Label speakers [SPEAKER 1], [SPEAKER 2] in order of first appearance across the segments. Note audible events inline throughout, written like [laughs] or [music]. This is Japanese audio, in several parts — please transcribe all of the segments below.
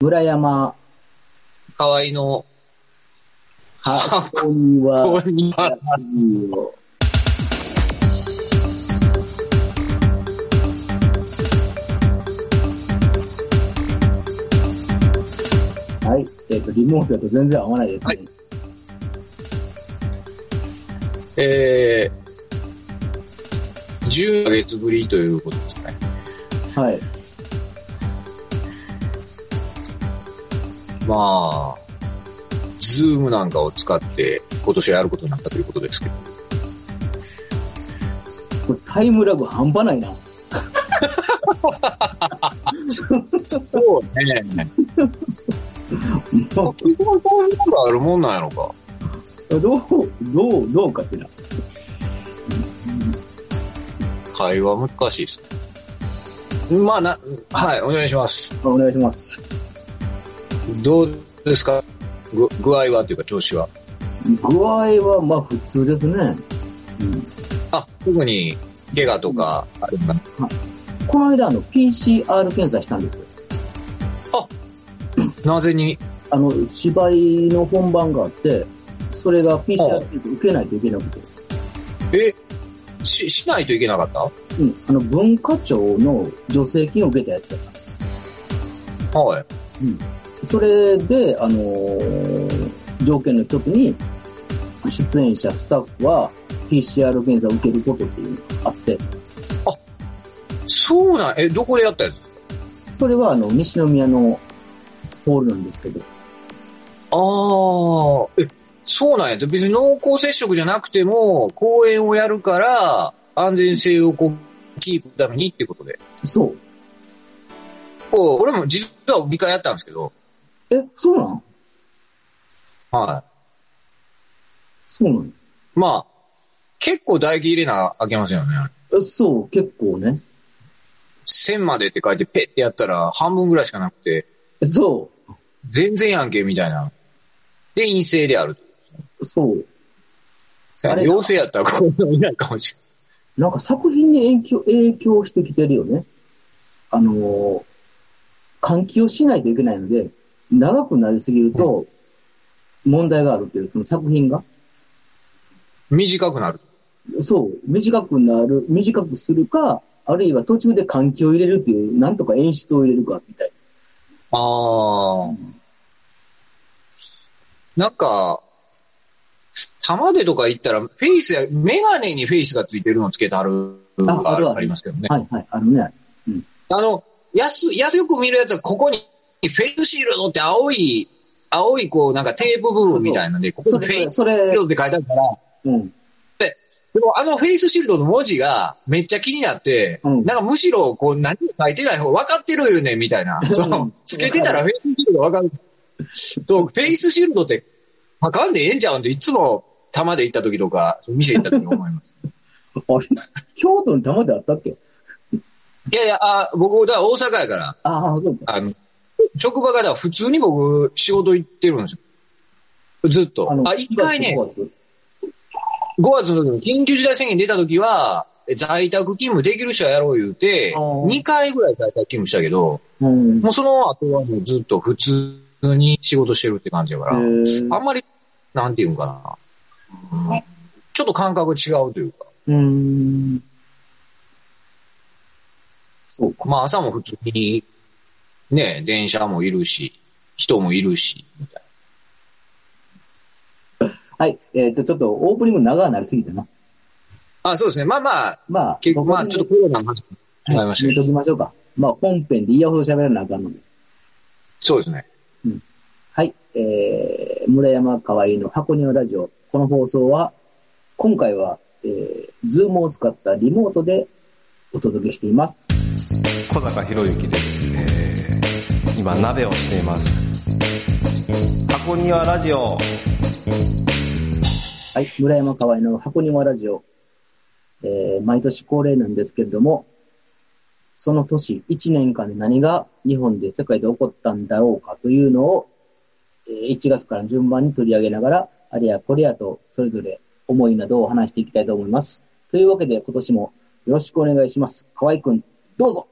[SPEAKER 1] 村山、
[SPEAKER 2] 河合の、
[SPEAKER 1] は、 [laughs] ここに
[SPEAKER 2] こ
[SPEAKER 1] は、
[SPEAKER 2] こには
[SPEAKER 1] ラジオはい。えっ、と、リモートだと全然合わないですね。
[SPEAKER 2] はいえー、10ヶ月ぶりということですね。
[SPEAKER 1] はい。
[SPEAKER 2] まあ、ズームなんかを使って今年はやることになったということですけど。
[SPEAKER 1] これタイムラグ半端 [laughs] ないな。
[SPEAKER 2] そうね。
[SPEAKER 1] ど
[SPEAKER 2] 基本こういうことがあるもんなんやろか。
[SPEAKER 1] う、どう、どうかしら。
[SPEAKER 2] 会話難しいですね。まあな、はい、お願いします。
[SPEAKER 1] お願いします。
[SPEAKER 2] どうですかぐ具合はというか調子は。
[SPEAKER 1] 具合は、まあ、普通ですね。うん
[SPEAKER 2] あ、特に怪我とかあるんだ。
[SPEAKER 1] この間、あの、PCR 検査したんですよ。
[SPEAKER 2] なぜに、
[SPEAKER 1] あの、芝居の本番があって、それが PCR
[SPEAKER 2] はい
[SPEAKER 1] 検査受けないといけなくて、
[SPEAKER 2] え、し、しないといけなかった
[SPEAKER 1] うん、あの、文化庁の助成金を受けたやつだったんですよ。
[SPEAKER 2] はい。
[SPEAKER 1] それで、あのー条件の一つに、出演者、スタッフは PCR 検査を受けることっていうのがあって、
[SPEAKER 2] そうなん、え、どこでやったやつ
[SPEAKER 1] それはあの、西宮のホールなんですけど、
[SPEAKER 2] ああ、え、そうなんや。別に濃厚接触じゃなくても、公演をやるから、安全性をこう、キープためにってことで。
[SPEAKER 1] そう。
[SPEAKER 2] こう、俺も実は2回やったんですけど、
[SPEAKER 1] え、そうなん
[SPEAKER 2] は
[SPEAKER 1] そうなん
[SPEAKER 2] い。まあ、結構唾液入れな、開けますよね。
[SPEAKER 1] えそう、結構ね。
[SPEAKER 2] 1000までって書いてペッてやったら半分ぐらいしかなくて、
[SPEAKER 1] そ
[SPEAKER 2] 全然やんけ、みたいな。で、陰性である。
[SPEAKER 1] う、そう。あれ
[SPEAKER 2] 陽性やったらこう [laughs] いないかもし
[SPEAKER 1] なんか作品に影響影響してきてるよね。あのー換気をしないといけないので、長くなりすぎると、問題があるっていう、その作品が。
[SPEAKER 2] れん。短くなる。
[SPEAKER 1] そう、短くなる、短くするか、あるいは途中で換気を入れるっていう、なんとか演出を入れるか、みたい
[SPEAKER 2] ああ。なんか、玉手とか行ったら、フェイスや、メガネにフェイスがついてるのつけてあるの
[SPEAKER 1] あ
[SPEAKER 2] が
[SPEAKER 1] あるあ
[SPEAKER 2] あ
[SPEAKER 1] る
[SPEAKER 2] ありますけどね。
[SPEAKER 1] な。はいはい、あのね、
[SPEAKER 2] あの、安、安く見るやつは、ここにフェイスシールドって青い、青いこう、なんかテープ部分みたいなんで、ここ
[SPEAKER 1] そ
[SPEAKER 2] にフェイ
[SPEAKER 1] れ、
[SPEAKER 2] ス
[SPEAKER 1] そ
[SPEAKER 2] シー
[SPEAKER 1] れ
[SPEAKER 2] ル、ドって書いてあるから、
[SPEAKER 1] うん、
[SPEAKER 2] でもあのフェイスシールドの文字がめっちゃ気になって、
[SPEAKER 1] うん
[SPEAKER 2] なんかむしろこう何も書いてない方が分かってるよね、みたいな
[SPEAKER 1] う。ん
[SPEAKER 2] そう。つけてたらフェイスシールド分かる。そう、フェイスシールドって書かんでええんちゃうんっていつも玉で行った時とか、店行った時思います。
[SPEAKER 1] [laughs] あれ、京都に玉であったっけ
[SPEAKER 2] いやいや、あ僕、だから大阪やから、
[SPEAKER 1] ああ、そうか。
[SPEAKER 2] あの、職場がだから普通に僕仕事行ってるんですよ。ずっと。あ、一回ね、
[SPEAKER 1] そうそう
[SPEAKER 2] 5月の時の緊急事態宣言出た時は、え在宅勤務できる人はやろう言うて、
[SPEAKER 1] あー
[SPEAKER 2] 2回ぐらい在宅勤務したけど、
[SPEAKER 1] うん。
[SPEAKER 2] もうその後はもうずっと普通に仕事してるって感じだから、
[SPEAKER 1] へー
[SPEAKER 2] あんまり、なんていうんかな、ちょっと感覚違うというか、
[SPEAKER 1] うーん。そうか。
[SPEAKER 2] まあ朝も普通に、ね、電車もいるし、人もいるし、みたい
[SPEAKER 1] はい。えっ、と、ちょっとオープニング長くなりすぎたな。
[SPEAKER 2] な。あ、そうですね。まあまあ、
[SPEAKER 1] まあ、
[SPEAKER 2] 結構、まあちょっとコロナの話になってしまい
[SPEAKER 1] は
[SPEAKER 2] ま
[SPEAKER 1] い
[SPEAKER 2] した
[SPEAKER 1] 見と
[SPEAKER 2] けど、
[SPEAKER 1] きましょうか。まあ、本編で嫌ほど喋らなあかんので。
[SPEAKER 2] そうですね。
[SPEAKER 1] はい。えー、村山かわいいの箱庭ラジオ。この放送は、今回は、えー、ズームを使ったリモートでお届けしています。
[SPEAKER 3] 小坂博之です。えー今、鍋をしています。箱庭ラジオ。
[SPEAKER 1] はい。村山かわいいの箱庭ラジオ。えー、毎年恒例なんですけれども、その年、1年間で何が日本で世界で起こったんだろうかというのを、えー1月から順番に取り上げながら、あれやこれやと、それぞれ思いなどを話していきたいと思います。というわけで、今年もよろしくお願いします。河合くん、どうぞ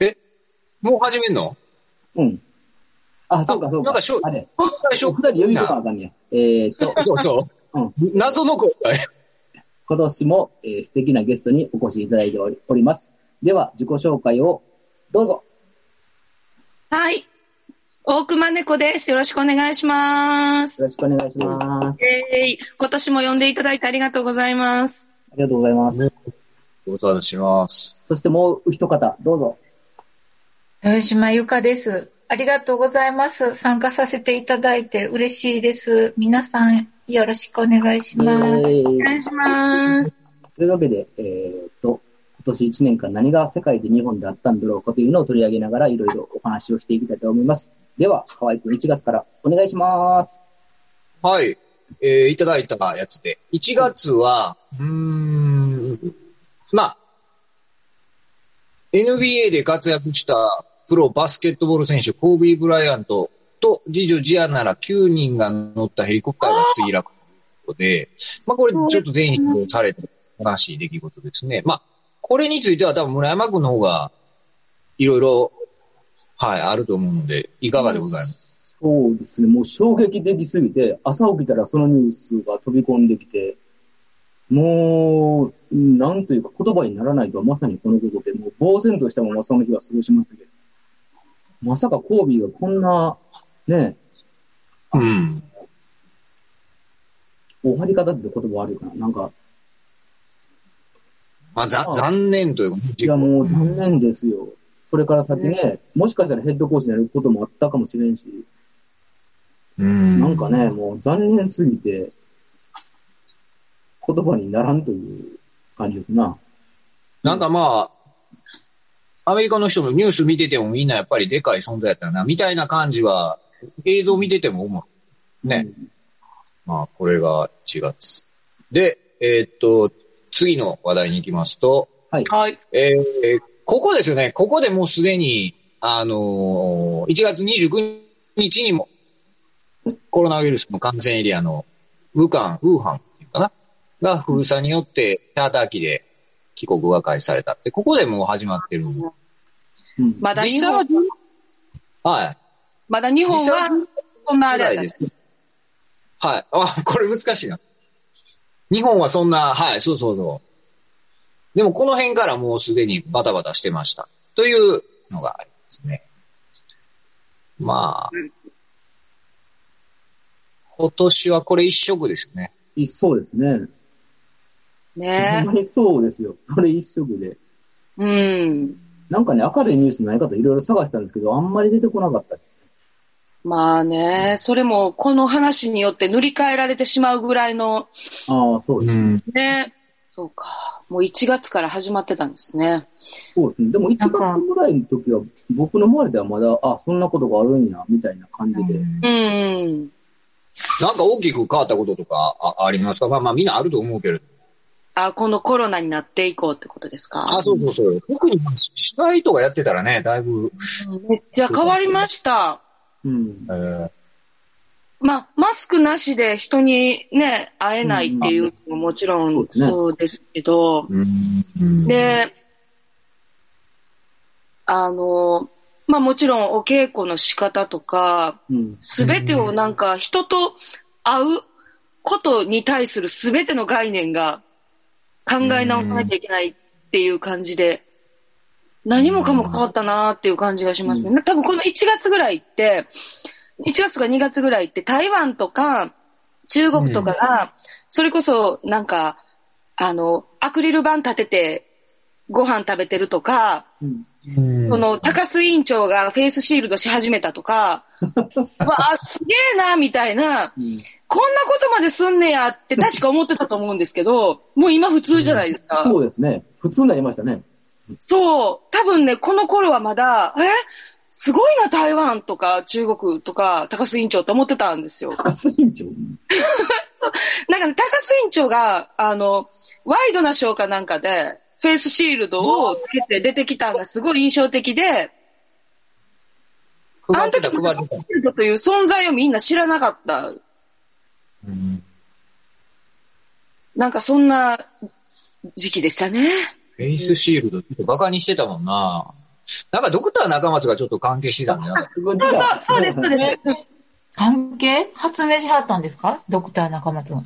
[SPEAKER 2] え、もう始めんの
[SPEAKER 1] うん。あ、そうか、そうか。
[SPEAKER 2] なんかしょ
[SPEAKER 1] あれ、
[SPEAKER 2] 最
[SPEAKER 1] 二人
[SPEAKER 2] 初、
[SPEAKER 1] 呼び込まなあかんねや。えーっと、
[SPEAKER 2] そうそう。
[SPEAKER 1] うん
[SPEAKER 2] 謎の公開。
[SPEAKER 1] 今年も、えー素敵なゲストにお越しいただいておりおります。では、自己紹介をどうぞ。
[SPEAKER 4] はい。大熊猫です。よろしくお願いします。
[SPEAKER 1] よろしくお願いします。
[SPEAKER 4] えー、今年も呼んでいただいてありがとうございます。
[SPEAKER 1] ありがとうございます。
[SPEAKER 2] お願いします。
[SPEAKER 1] そしてもう一方、どうぞ。
[SPEAKER 5] 豊島由香です。ありがとうございます。参加させていただいて嬉しいです。皆さんよろしくお願いし
[SPEAKER 1] え
[SPEAKER 5] ます。
[SPEAKER 4] お願
[SPEAKER 1] ー
[SPEAKER 4] いします。
[SPEAKER 1] というわけで、えーっと、今年1年間何が世界で日本であったんだろうかというのを取り上げながらいろいろお話をしていきたいと思います。では、河合くん1月からお願いします。
[SPEAKER 2] はい。えー、いただいたやつで。1月は、うーん、まあ、NBA で活躍したプロバスケットボール選手、コービー・ブライアントと次女ジアなら9人が乗ったヘリコプターが墜落ということで、まあこれちょっと全否定された悲しい出来事ですね。まあ、これについては多分村山君の方が、いろいろ、はい、あると思うので、いかがでございます
[SPEAKER 1] そうですね、もう衝撃的すぎて、朝起きたらそのニュースが飛び込んできて、もう、なんというか言葉にならないとはまさにこのことで、もう呆然としたままその日は過ごしましたけど、まさかコービーがこんな、ね、
[SPEAKER 2] うん。
[SPEAKER 1] 終わり方って言葉悪いかな、なんか、
[SPEAKER 2] まあ、ざ
[SPEAKER 1] ああ
[SPEAKER 2] 残念というか、
[SPEAKER 1] いやもう残念ですよ。これから先ね、もしかしたらヘッドコーチになることもあったかもしれんし、
[SPEAKER 2] うん
[SPEAKER 1] なんかね、もう残念すぎて、言葉にならんという感じですな。
[SPEAKER 2] なんかまあ、アメリカの人もニュース見ててもみんなやっぱりでかい存在やったな、みたいな感じは、映像見てても思う。ね。まあ、これが1月。で、えーっと、次の話題に行きますと、
[SPEAKER 4] はい。
[SPEAKER 2] えーここですよね。ここでもうすでに、あのー1月29日にも、コロナウイルスの感染エリアの、武漢、ウーハンっていうかなが封鎖によって、チャーター機で帰国が開始されたって、ここでもう始まってる。
[SPEAKER 1] うん。
[SPEAKER 4] まだ日
[SPEAKER 2] 実際
[SPEAKER 4] 本
[SPEAKER 2] は
[SPEAKER 4] は、、
[SPEAKER 2] はい。
[SPEAKER 4] まだ日本
[SPEAKER 2] 実際は
[SPEAKER 4] は、そんなあ
[SPEAKER 2] ぐ
[SPEAKER 4] れ
[SPEAKER 2] ら
[SPEAKER 4] やっ
[SPEAKER 2] い
[SPEAKER 4] た
[SPEAKER 2] です。はい。あ、これ難しいな。日本はそんな、はい、そうそうそう。でもこの辺からもうすでにバタバタしてました。というのがありますね。まあ。今年はこれ一色ですよね。
[SPEAKER 1] いそうですね。ほん
[SPEAKER 4] ね
[SPEAKER 1] まにそうですよ。これ一色で。
[SPEAKER 4] うん。
[SPEAKER 1] なんかね、明るいニュースない方いろいろ探したんですけど、あんまり出てこなかったです。
[SPEAKER 4] まあね、それもこの話によって塗り替えられてしまうぐらいの、
[SPEAKER 1] ああ、そうです。
[SPEAKER 2] ん。
[SPEAKER 4] ね。そうか。もう1月から始まってたんですね。
[SPEAKER 1] そうですね。でも1月ぐらいの時は、僕の周りではまだ、あ、そんなことがあるんや、みたいな感じで。
[SPEAKER 4] うん。
[SPEAKER 2] なんか大きく変わったこととかあありますかまあまあみんなあると思うけれど。
[SPEAKER 4] あ、このコロナになっていこうってことですか。
[SPEAKER 2] あ、そうそうそう。特に芝居とかやってたらね、だいぶ、
[SPEAKER 4] めっちゃ変わりました。
[SPEAKER 1] うん
[SPEAKER 2] え。ー
[SPEAKER 4] まあ、マスクなしで人にね、会えないっていうのももちろんそうですけど、
[SPEAKER 2] うん
[SPEAKER 4] で、あの、まあもちろんお稽古の仕方とか、
[SPEAKER 1] うん。
[SPEAKER 4] すべてをなんか人と会うことに対するすべての概念が考え直さなきゃいけないっていう感じで、何もかも変わったなーっていう感じがしますね。多分この1月ぐらいって、1月か2月ぐらいって台湾とか中国とかが、それこそなんか、あの、アクリル板立ててご飯食べてるとか、
[SPEAKER 1] うん
[SPEAKER 2] うん
[SPEAKER 4] その、高須委員長がフェイスシールドし始め
[SPEAKER 1] [laughs]
[SPEAKER 4] たとか、わあ、すげえな、みたいな、
[SPEAKER 1] うん。
[SPEAKER 4] こんなことまですんねやって確か思ってたと思うんですけど、もう今普通じゃないですか。
[SPEAKER 1] そうですね。普通になりましたね。
[SPEAKER 4] そう。多分ね、この頃はまだ、えすごいな、台湾とか中国とか高須委員長って思ってたんですよ。
[SPEAKER 1] 高須委員長。
[SPEAKER 4] なんかね、高須委員長が、あの、ワイドなショーかなんかで、フェイスシールドをつけて出てきたのがすごい印象的で、
[SPEAKER 2] 配ってた、配ってた。
[SPEAKER 4] シールドという存在をみんな知らなかったなんかそんな時期でしたね。
[SPEAKER 2] フェイスシールドってバカにしてたもんな。なんかドクター中松がちょっと関係してたんだよ。
[SPEAKER 1] すごい
[SPEAKER 4] そうそう、そうです、そうです。
[SPEAKER 5] 関係発明しはったんですかドクター中松が。
[SPEAKER 2] あ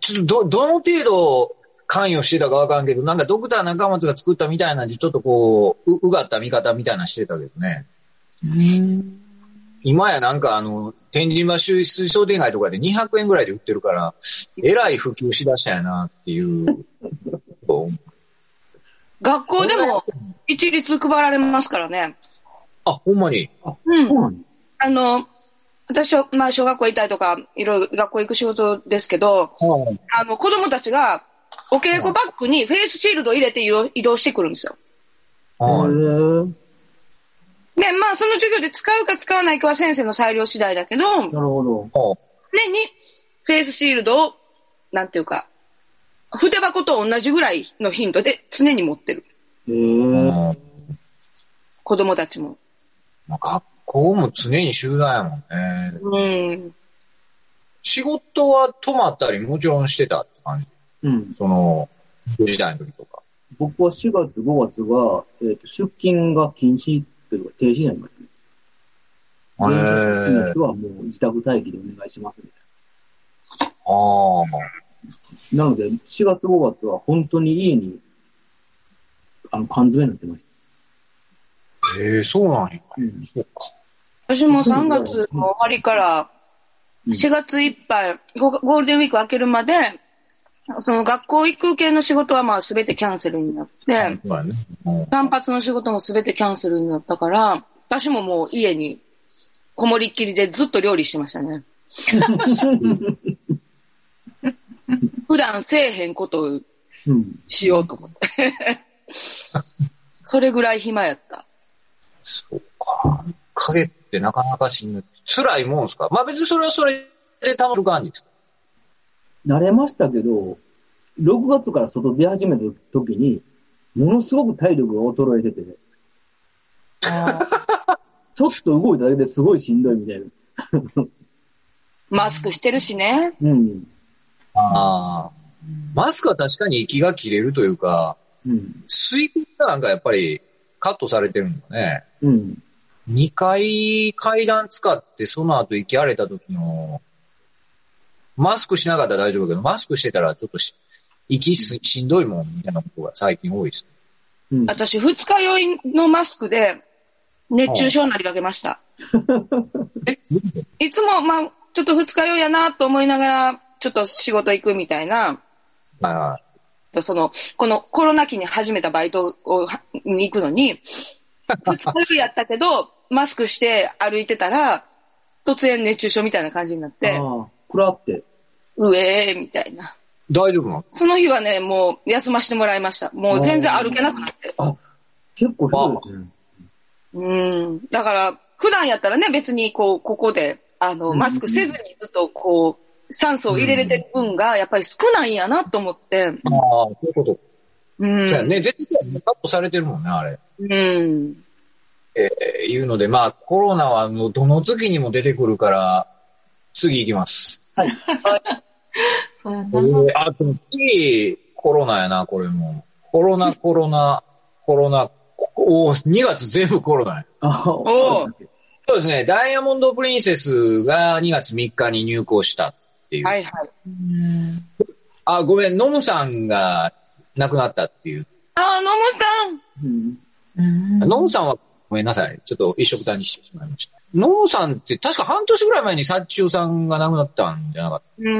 [SPEAKER 2] ちょっとど、どの程度関与してたかわかんけど、なんかドクター中松が作ったみたいなんで、ちょっとこう、う、うがった見方みたいなのしてたけどね。
[SPEAKER 5] うん。
[SPEAKER 2] 今やなんかあの、天神橋水槽店街とかで200円ぐらいで売ってるから、えらい普及しだしたやなっていう。
[SPEAKER 4] 学校でも一律配られますからね。
[SPEAKER 2] あ、ほんまに。
[SPEAKER 4] うん
[SPEAKER 1] そう。なん
[SPEAKER 4] あの、私は、まあ、小学校行ったりとか、いろいろ学校行く仕事ですけど、
[SPEAKER 2] は
[SPEAKER 4] あの、子供たちが、お稽古バッグにフェイスシールドを入れて移動移動してくるんですよ。
[SPEAKER 2] い。は
[SPEAKER 1] へ
[SPEAKER 2] い
[SPEAKER 1] え
[SPEAKER 4] で、まあ、その授業で使うか使わないかは先生の裁量次第だけど、常に
[SPEAKER 1] なるほど。
[SPEAKER 2] は
[SPEAKER 4] フェイスシールドを、なんていうか、筆箱と同じぐらいの頻度で常に持ってる。
[SPEAKER 1] へ
[SPEAKER 2] あ
[SPEAKER 1] え
[SPEAKER 2] うん
[SPEAKER 4] 子供たちも。
[SPEAKER 2] まあ学校も常に集団やもんね。
[SPEAKER 4] うん。
[SPEAKER 2] 仕事は止まったりもちろんしてたって感じ。
[SPEAKER 1] うん。
[SPEAKER 2] その、時代の時とか。
[SPEAKER 1] 僕は4月、5月は、えーと出勤が禁止というか停止になりましたね。
[SPEAKER 2] へ
[SPEAKER 1] 電車出勤の
[SPEAKER 2] え
[SPEAKER 1] 人はもう自宅待機でお願いしますね。
[SPEAKER 2] ああ。
[SPEAKER 1] なので、4月、5月は本当に家に、あの、缶詰になってました。
[SPEAKER 2] ええそうなんや。
[SPEAKER 1] うん。
[SPEAKER 2] そうか。
[SPEAKER 4] 私も3月の終わりから、4月いっぱい、ゴゴールデンウィーク明けるまで、その学校行く系の仕事はまあ全てキャンセルになって、
[SPEAKER 2] そうやね。うん
[SPEAKER 4] 単発の仕事も全てキャンセルになったから、私ももう家にこもりっきりでずっと料理してましたね。普段せえへんことを
[SPEAKER 1] うん。
[SPEAKER 4] しようと思って。それぐらい暇やった。
[SPEAKER 2] そうか。1ヶ月ってなかなかしんどい。辛いもんすかまあ別にそれはそれで頼る感じです。
[SPEAKER 1] 慣れましたけど、6月から外出始めた時に、ものすごく体力が衰えてて、ちょっと動いただけですごいしんどいみたいな。
[SPEAKER 4] マスクしてるしね。
[SPEAKER 1] うん。
[SPEAKER 2] ああ。マスクは確かに息が切れるというか、
[SPEAKER 1] うん。
[SPEAKER 2] 吸い込みがなんかやっぱりカットされてるんだね。
[SPEAKER 1] うん。
[SPEAKER 2] 2回階段使ってその後息荒れた時の、マスクしなかったら大丈夫だけど、マスクしてたらちょっとし息すしんどいもんみたいなことが最近多いです。
[SPEAKER 1] うん。
[SPEAKER 4] 私、二日酔いのマスクで、熱中症になりかけま [laughs] した。
[SPEAKER 2] え
[SPEAKER 4] いつも、まあ、ちょっと二日酔いやなと思いながら、ちょっと仕事行くみたいな、
[SPEAKER 2] あ
[SPEAKER 4] その、このコロナ期に始めたバイトを、はに行くの [laughs] に、二日酔いやったけど、マスクして歩いてたら、突然熱中症みたいな感じになって、
[SPEAKER 1] ああ、くらって。
[SPEAKER 4] うえーみたいな。
[SPEAKER 2] 大丈夫なの
[SPEAKER 4] その日はね、もう休ませてもらいました。もう全然歩けなくなって。
[SPEAKER 1] 結構ひどいですね。
[SPEAKER 4] うん。だから、普段やったらね、別にこう、ここで、あの、
[SPEAKER 1] うん
[SPEAKER 4] マスクせずにずっとこう、酸素を入れれてる分が、やっぱり少ないんやなと思っ
[SPEAKER 2] あ
[SPEAKER 4] て。
[SPEAKER 2] あ、そういうこと。
[SPEAKER 4] うん。
[SPEAKER 2] そうやね。絶対ねカットされてるもんね、あれ。
[SPEAKER 4] うん。
[SPEAKER 2] えーいうので、まあ、コロナはもうどの月にも出てくるから、次行きます。え
[SPEAKER 5] そうやな。
[SPEAKER 2] ー、あ、でも次、コロナやな、これも。コロナ、コロナ、コロナ、おー2月全部コロナや。
[SPEAKER 1] ああ、
[SPEAKER 4] おう
[SPEAKER 2] そうですね、ダイヤモンド・プリンセスが2月3日に入校したっていう。
[SPEAKER 4] はいはい。
[SPEAKER 5] うん
[SPEAKER 2] あ、ごめん、ノムさんが亡くなったっていう。
[SPEAKER 4] あー、野茂さん
[SPEAKER 1] うん。
[SPEAKER 5] うん
[SPEAKER 2] ノムさんは、ごめんなさい。ちょっと一色単にしてしまいました。ノムさんって確か半年ぐらい前にサッチューさんが亡くなったんじゃなかった。
[SPEAKER 4] うん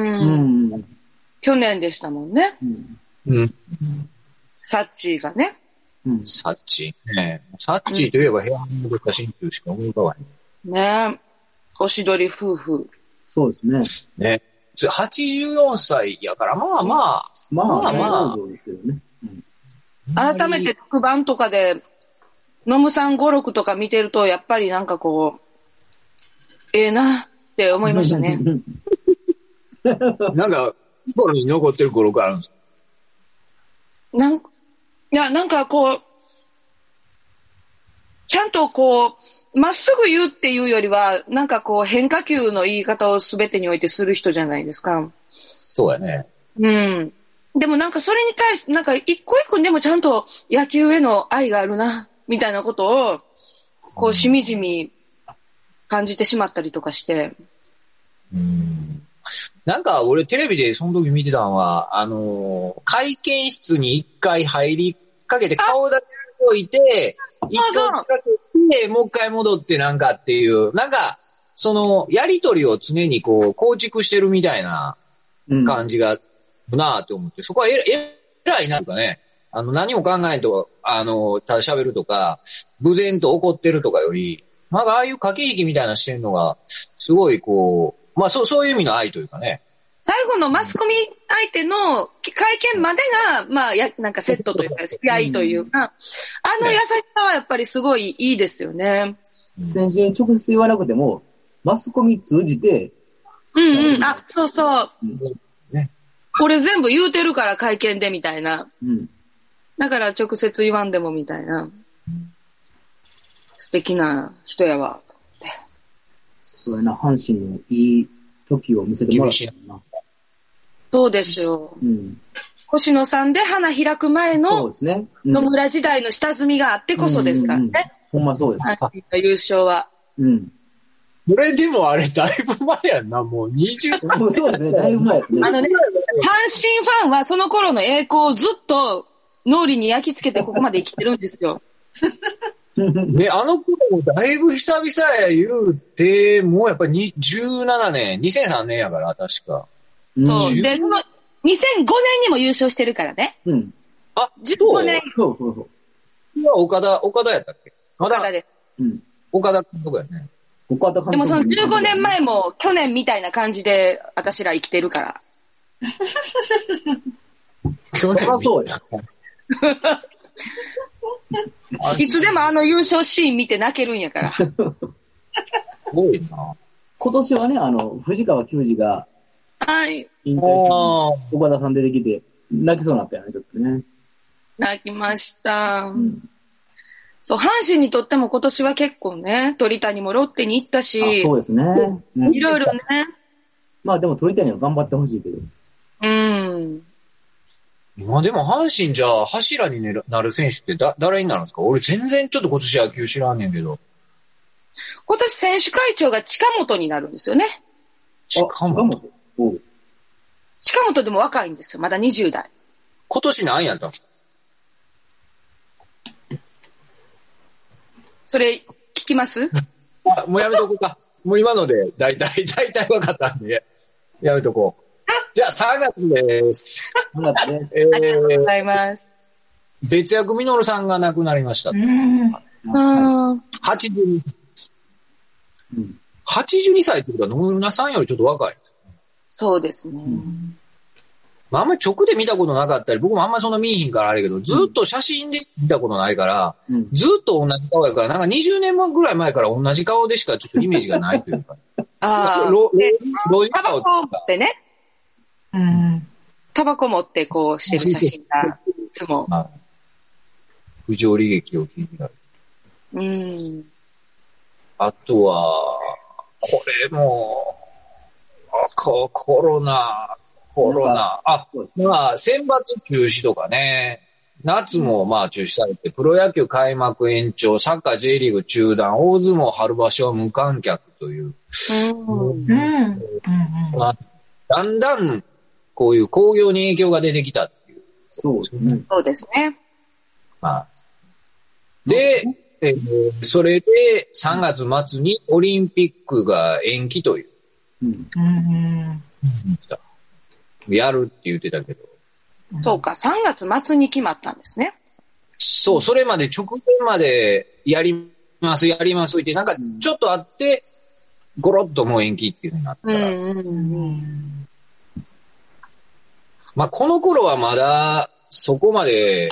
[SPEAKER 1] う、ん。
[SPEAKER 4] 去年でしたもんね。
[SPEAKER 1] うん。
[SPEAKER 2] うん。
[SPEAKER 4] サッチーがね。
[SPEAKER 1] うん。
[SPEAKER 2] サッチーね。サッチーといえば平安のった新旧しか思い浮かばない。
[SPEAKER 4] ねえ。おしどり夫婦。
[SPEAKER 1] そうですね。
[SPEAKER 2] ね。つ84歳やから、まあまあ。
[SPEAKER 1] まあ、
[SPEAKER 2] まあまあ
[SPEAKER 1] 大丈夫ですけどね。
[SPEAKER 4] 改めて特番とかで、ノムさん語録とか見てると、やっぱりなんかこう、ええなって思いましたね。
[SPEAKER 1] うん。
[SPEAKER 2] なんか、心に残ってる語録あるんですか
[SPEAKER 4] なん、いや、なんかこう、ちゃんとこう、まっすぐ言うっていうよりは、なんかこう変化球の言い方を全てにおいてする人じゃないですか。
[SPEAKER 2] そうやね。
[SPEAKER 4] うん。でもなんかそれに対して、なんか一個一個にでもちゃんと野球への愛があるなっみたいなことを、こう、しみじみ感じてしまったりとかして、
[SPEAKER 2] うんなんか俺テレビでその時見てたのは、あのー会見室に一回入りかけて顔だけ置いて、一
[SPEAKER 4] そうそう
[SPEAKER 2] 回かけて、もう一回戻ってなんかっていう、なんか、その、やりとりを常にこう、構築してるみたいな
[SPEAKER 1] うん。
[SPEAKER 2] 感じが、なあって思って、そこはええらいなんかね、あの、何も考えんと、あの、ただ喋るとか、無然と怒ってるとかより、なんかああいう駆け引きみたいなのしてるのが、すごいこう、まあそう、そういう意味の愛というかね。
[SPEAKER 4] 最後のマスコミ相手の会見までが、まあ、や、なんかセットというか、付き合いというか、あの優しさはやっぱりすごいいいですよね。
[SPEAKER 1] 先生に直接言わなくても、マスコミ通じて、
[SPEAKER 4] うんうん。あ、そうそう
[SPEAKER 2] ね。
[SPEAKER 4] これ全部言うてるから会見でみたいな。
[SPEAKER 1] うん。
[SPEAKER 4] だから直接言わんでもみたいな。素敵な人やわ。
[SPEAKER 1] そうやな、阪神のいい時を見せてもらったな。
[SPEAKER 4] そうですよ。
[SPEAKER 1] うん。
[SPEAKER 4] 星野さんで花開く
[SPEAKER 1] そう
[SPEAKER 4] 前の
[SPEAKER 1] ですね。うん
[SPEAKER 4] 野村時代の下積みがあってこそですから
[SPEAKER 1] うんうんうん
[SPEAKER 4] ね。
[SPEAKER 1] ほんまそうです。
[SPEAKER 4] 阪神の優勝は。
[SPEAKER 1] うん。
[SPEAKER 2] これでもあれ、だいぶ前やんな、もう20 [laughs]
[SPEAKER 1] そうですね、だいぶ前ですね。
[SPEAKER 4] あのね、阪神ファンはその頃の栄光をずっと脳裏に焼き付けてここまで生きてるんですよ。
[SPEAKER 2] ね、あの頃もだいぶ久々や言うて、もうやっぱりに17年、2003年やから、確か。
[SPEAKER 1] うん
[SPEAKER 4] そう。で、その2005年にも優勝してるからね。
[SPEAKER 1] うん。
[SPEAKER 2] あ、
[SPEAKER 4] 15年
[SPEAKER 1] そうそうそ
[SPEAKER 2] は岡田、岡田やったっけま
[SPEAKER 4] とか
[SPEAKER 2] だ、
[SPEAKER 4] で。
[SPEAKER 1] う。うん。
[SPEAKER 2] 岡田監督やね。
[SPEAKER 1] 岡田監督
[SPEAKER 4] でもその15年。
[SPEAKER 1] [laughs]
[SPEAKER 4] 前も去年みたいな感じで私ら生きてるから。
[SPEAKER 2] 去
[SPEAKER 1] そりゃそうや。
[SPEAKER 4] いつでもあの優勝シーン見て泣けるんやから。
[SPEAKER 1] [laughs]
[SPEAKER 2] すごいな。
[SPEAKER 1] 今年はね、あの、藤川球児が
[SPEAKER 4] はい。
[SPEAKER 1] 引退し
[SPEAKER 2] ああ、
[SPEAKER 1] て、岡田さん出てきて、泣きそうになったよね、ちょっとね。
[SPEAKER 4] 泣きました
[SPEAKER 1] う。ん。
[SPEAKER 4] そう、阪神にとっても今年は結構ね、鳥谷もロッテに行ったし、
[SPEAKER 1] あそうですね。うん
[SPEAKER 4] いろいろね。
[SPEAKER 1] まあでも鳥谷は頑張ってほしいけど。
[SPEAKER 4] うん。
[SPEAKER 2] まあでも阪神じゃあ柱になる選手ってだ誰になるんですか俺全然ちょっと今年野球知らんねんけど。
[SPEAKER 4] 今年選手会長が近本になるんですよね。
[SPEAKER 2] しかも、
[SPEAKER 1] おう
[SPEAKER 4] 近本でも若いんですよ。まだ20代。
[SPEAKER 2] 今年何やったの
[SPEAKER 4] それ、聞きます
[SPEAKER 2] あもうやめとこうか。もう今ので大体、大体分かったんで、やめとこう。じゃあ3月です。
[SPEAKER 1] 頑張ってです。
[SPEAKER 2] え
[SPEAKER 4] ありがとうご
[SPEAKER 2] ー、
[SPEAKER 4] ざいます。
[SPEAKER 2] 別役みのるさんが亡くなりました
[SPEAKER 5] う。ん。
[SPEAKER 4] うん。
[SPEAKER 2] 82、
[SPEAKER 1] うん
[SPEAKER 2] 82歳ってことは野村さんよりちょっと若い。
[SPEAKER 4] そうですね。
[SPEAKER 2] まあ、あんまり直で見たことなかったり、僕もあんまりそんな見えひんからあれやけど、ずっと写真で見たことないから、
[SPEAKER 1] うん。
[SPEAKER 2] ずっと同じ顔やから、なんか20年ぐらい前から同じ顔でしかちょっとイメージがないとい
[SPEAKER 1] [laughs]
[SPEAKER 2] うか。
[SPEAKER 4] ああ。
[SPEAKER 2] ロ
[SPEAKER 4] で
[SPEAKER 2] ロジ
[SPEAKER 4] タ
[SPEAKER 2] カ
[SPEAKER 4] バ
[SPEAKER 2] を
[SPEAKER 4] コを持ってね、
[SPEAKER 5] うん。
[SPEAKER 4] タバコ持ってこうしてる写真が、いつも。
[SPEAKER 2] 不条理劇を聞いてたり。
[SPEAKER 4] うん。
[SPEAKER 2] あとは、これも、あこコロナ、コロナ。あ、
[SPEAKER 1] そうですね。
[SPEAKER 2] まあ、選抜中止とかね。夏もまあ中止されて、プロ野球開幕延長、サッカー J リーグ中断、大相撲春場所は無観客という。
[SPEAKER 4] うん
[SPEAKER 5] うん。うん。
[SPEAKER 2] まあだんだん、こういう興行に影響が出てきたっていう。
[SPEAKER 1] そうですね。
[SPEAKER 4] そうですね。
[SPEAKER 2] まあ。で、えーそれで3月末にオリンピックが延期という。
[SPEAKER 1] うん。
[SPEAKER 5] うん。
[SPEAKER 2] やるって言ってたけど。
[SPEAKER 4] そうか、3月末に決まったんですね。
[SPEAKER 2] そう、それまで直前までやります、やりますって、なんかちょっとあって、ゴロッともう延期っていうのになった
[SPEAKER 4] う
[SPEAKER 2] から。
[SPEAKER 4] んうんうん。
[SPEAKER 2] まあ、この頃はまだ、そこまで、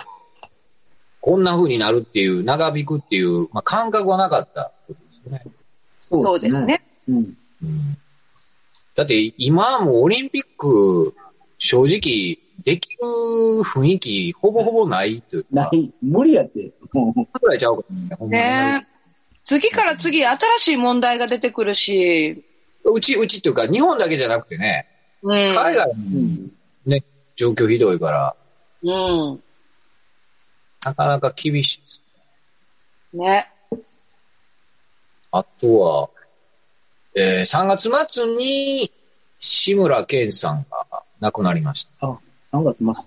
[SPEAKER 2] こんな風になるっていう、長引くっていう、まあ、感覚はなかったことですよね。
[SPEAKER 4] そうです。ね。
[SPEAKER 1] うん。
[SPEAKER 2] うんだって、今はもうオリンピック、正直、できる雰囲気、ほぼほぼないというか。
[SPEAKER 1] ない。無理やって。もう
[SPEAKER 2] ぐらいちゃうかねほんまに
[SPEAKER 4] ね次から次、新しい問題が出てくるし、
[SPEAKER 2] うち、うちっていうか、日本だけじゃなくてね、
[SPEAKER 4] うん。
[SPEAKER 2] 海外
[SPEAKER 1] う
[SPEAKER 2] も
[SPEAKER 1] ん。
[SPEAKER 2] 状況ひどいから、
[SPEAKER 4] うん。
[SPEAKER 2] なかなか厳しいです。
[SPEAKER 4] ね。
[SPEAKER 2] あとは、えー、3月末に志村けんさんが亡くなりました。
[SPEAKER 1] 3月末か。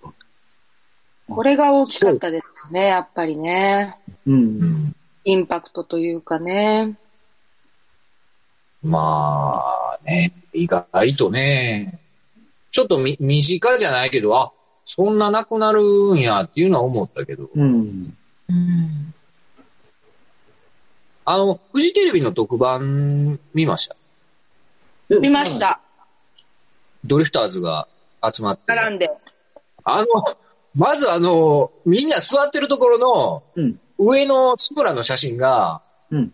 [SPEAKER 4] これが大きかったですよね、やっぱりね。
[SPEAKER 1] う。
[SPEAKER 2] うんん。
[SPEAKER 4] インパクトというかね。
[SPEAKER 2] まあね、意外とね、ちょっとみ身近じゃないけど、あ、そんななくなるんやっていうのは思ったけど、
[SPEAKER 1] うん。
[SPEAKER 5] うん。
[SPEAKER 2] あの、フジテレビの特番見ました。
[SPEAKER 1] で
[SPEAKER 4] 見まし。た。
[SPEAKER 2] ドリフターズが集まって。
[SPEAKER 4] 並んで。
[SPEAKER 2] あの、まずあの、みんな座ってるところ
[SPEAKER 1] うん。
[SPEAKER 2] の上のスプラの写真が、
[SPEAKER 1] うん。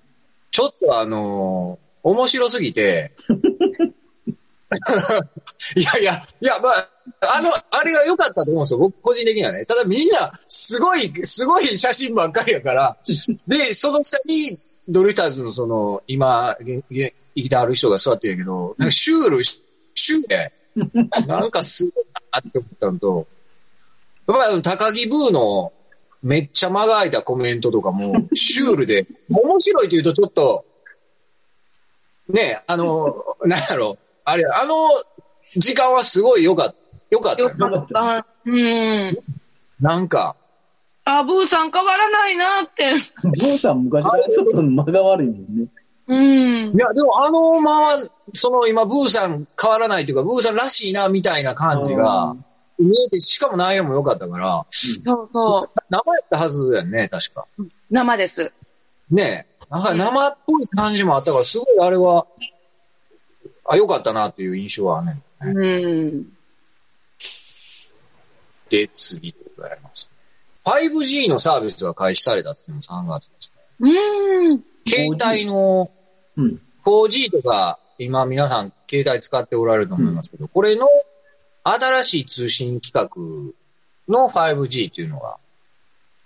[SPEAKER 2] ちょっとあの、面白すぎて、 [laughs] いやいや、いや、まあ、あの、あれが良かったと思うんですよ、僕個人的にはね。ただみんな、すごい、すごい写真ばっかりやから、で、その下に、ドリフターズのその、今、げげ生きてある人が座ってるんやけど、なんかシュール、シュールで、なんかすごいなって思ったのと、やっぱりあの高木ブーのめっちゃ間が空いたコメントとかも、シュールで、面白いというとちょっと、ね、あの、なんやろ、あれ、あの時間はすごい良かった。良かったよ
[SPEAKER 4] よ
[SPEAKER 2] ね、
[SPEAKER 4] かった。うん。
[SPEAKER 2] なんか、
[SPEAKER 4] あ、ブーさん変わらないなって。
[SPEAKER 1] ゴーさん昔からちょっと間が悪いもんね。
[SPEAKER 4] うん
[SPEAKER 2] い。や、でもあのまま、その今、ブーさん変わらないというか、ブーさんらしいな、みたいな感じが見えて、しかも内容も良かったから、
[SPEAKER 4] そうそう。
[SPEAKER 2] 生やったはずやんね、確か。
[SPEAKER 4] 生です。
[SPEAKER 2] ねえ。なんか生っぽい感じもあったから、すごいあれは、あ、良かったなっていう印象はね。
[SPEAKER 4] うん。
[SPEAKER 2] で、次でございます。5G のサービスが開始されたっていうのも3月ですね。
[SPEAKER 4] うん。
[SPEAKER 2] 携帯の
[SPEAKER 1] うん。
[SPEAKER 2] 4G とか、今皆さん携帯使っておられると思いますけど、これの新しい通信規格の 5G っていうのが、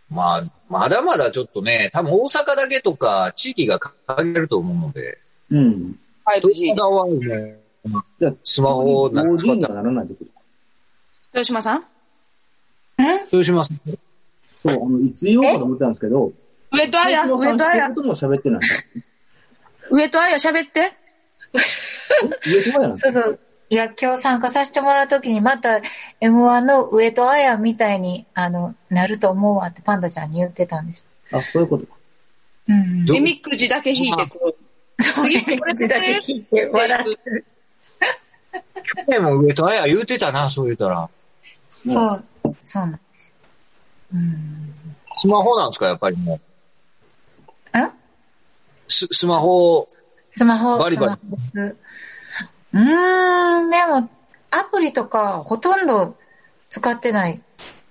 [SPEAKER 2] まあ、まだまだちょっとね、多分大阪だけとか地域が限られると思うので、
[SPEAKER 1] うん。
[SPEAKER 2] 東
[SPEAKER 4] 5G。
[SPEAKER 2] 京はね、
[SPEAKER 1] じゃあ、
[SPEAKER 2] スマホをなんか使
[SPEAKER 1] 5G
[SPEAKER 2] っ
[SPEAKER 1] に
[SPEAKER 2] た
[SPEAKER 1] は
[SPEAKER 2] ら、
[SPEAKER 1] ならないってこと
[SPEAKER 4] 豊島さん
[SPEAKER 2] どうします
[SPEAKER 1] そう、あの、いつ言おうかと思ってたんですけど、
[SPEAKER 4] 上戸彩、
[SPEAKER 1] 上
[SPEAKER 4] 上
[SPEAKER 1] 戸
[SPEAKER 4] 戸彩
[SPEAKER 1] 彩。とも喋ってない。
[SPEAKER 4] 上戸彩喋って。
[SPEAKER 1] 上戸彩なんです
[SPEAKER 5] そうそう。いや、今日参加させてもらうときに、また M1 の上戸彩みたいに、あの、なると思うわってパンダちゃんに言ってたんです。
[SPEAKER 1] あ、そういうことか。
[SPEAKER 5] うんうん。
[SPEAKER 2] どう
[SPEAKER 4] で、ミックジだけ引いてこう。
[SPEAKER 5] そういう口だけ聞いて笑ってる。
[SPEAKER 2] 去年も上戸彩言うてたな、そう言うたら。
[SPEAKER 5] そう、そうなんですよ。うん。
[SPEAKER 2] スマホなんですか、やっぱりもう。
[SPEAKER 5] あ
[SPEAKER 2] ススマホ、
[SPEAKER 5] スマホ、
[SPEAKER 2] バリバリ
[SPEAKER 5] スマホですうーん、でも、アプリとかほとんど使ってない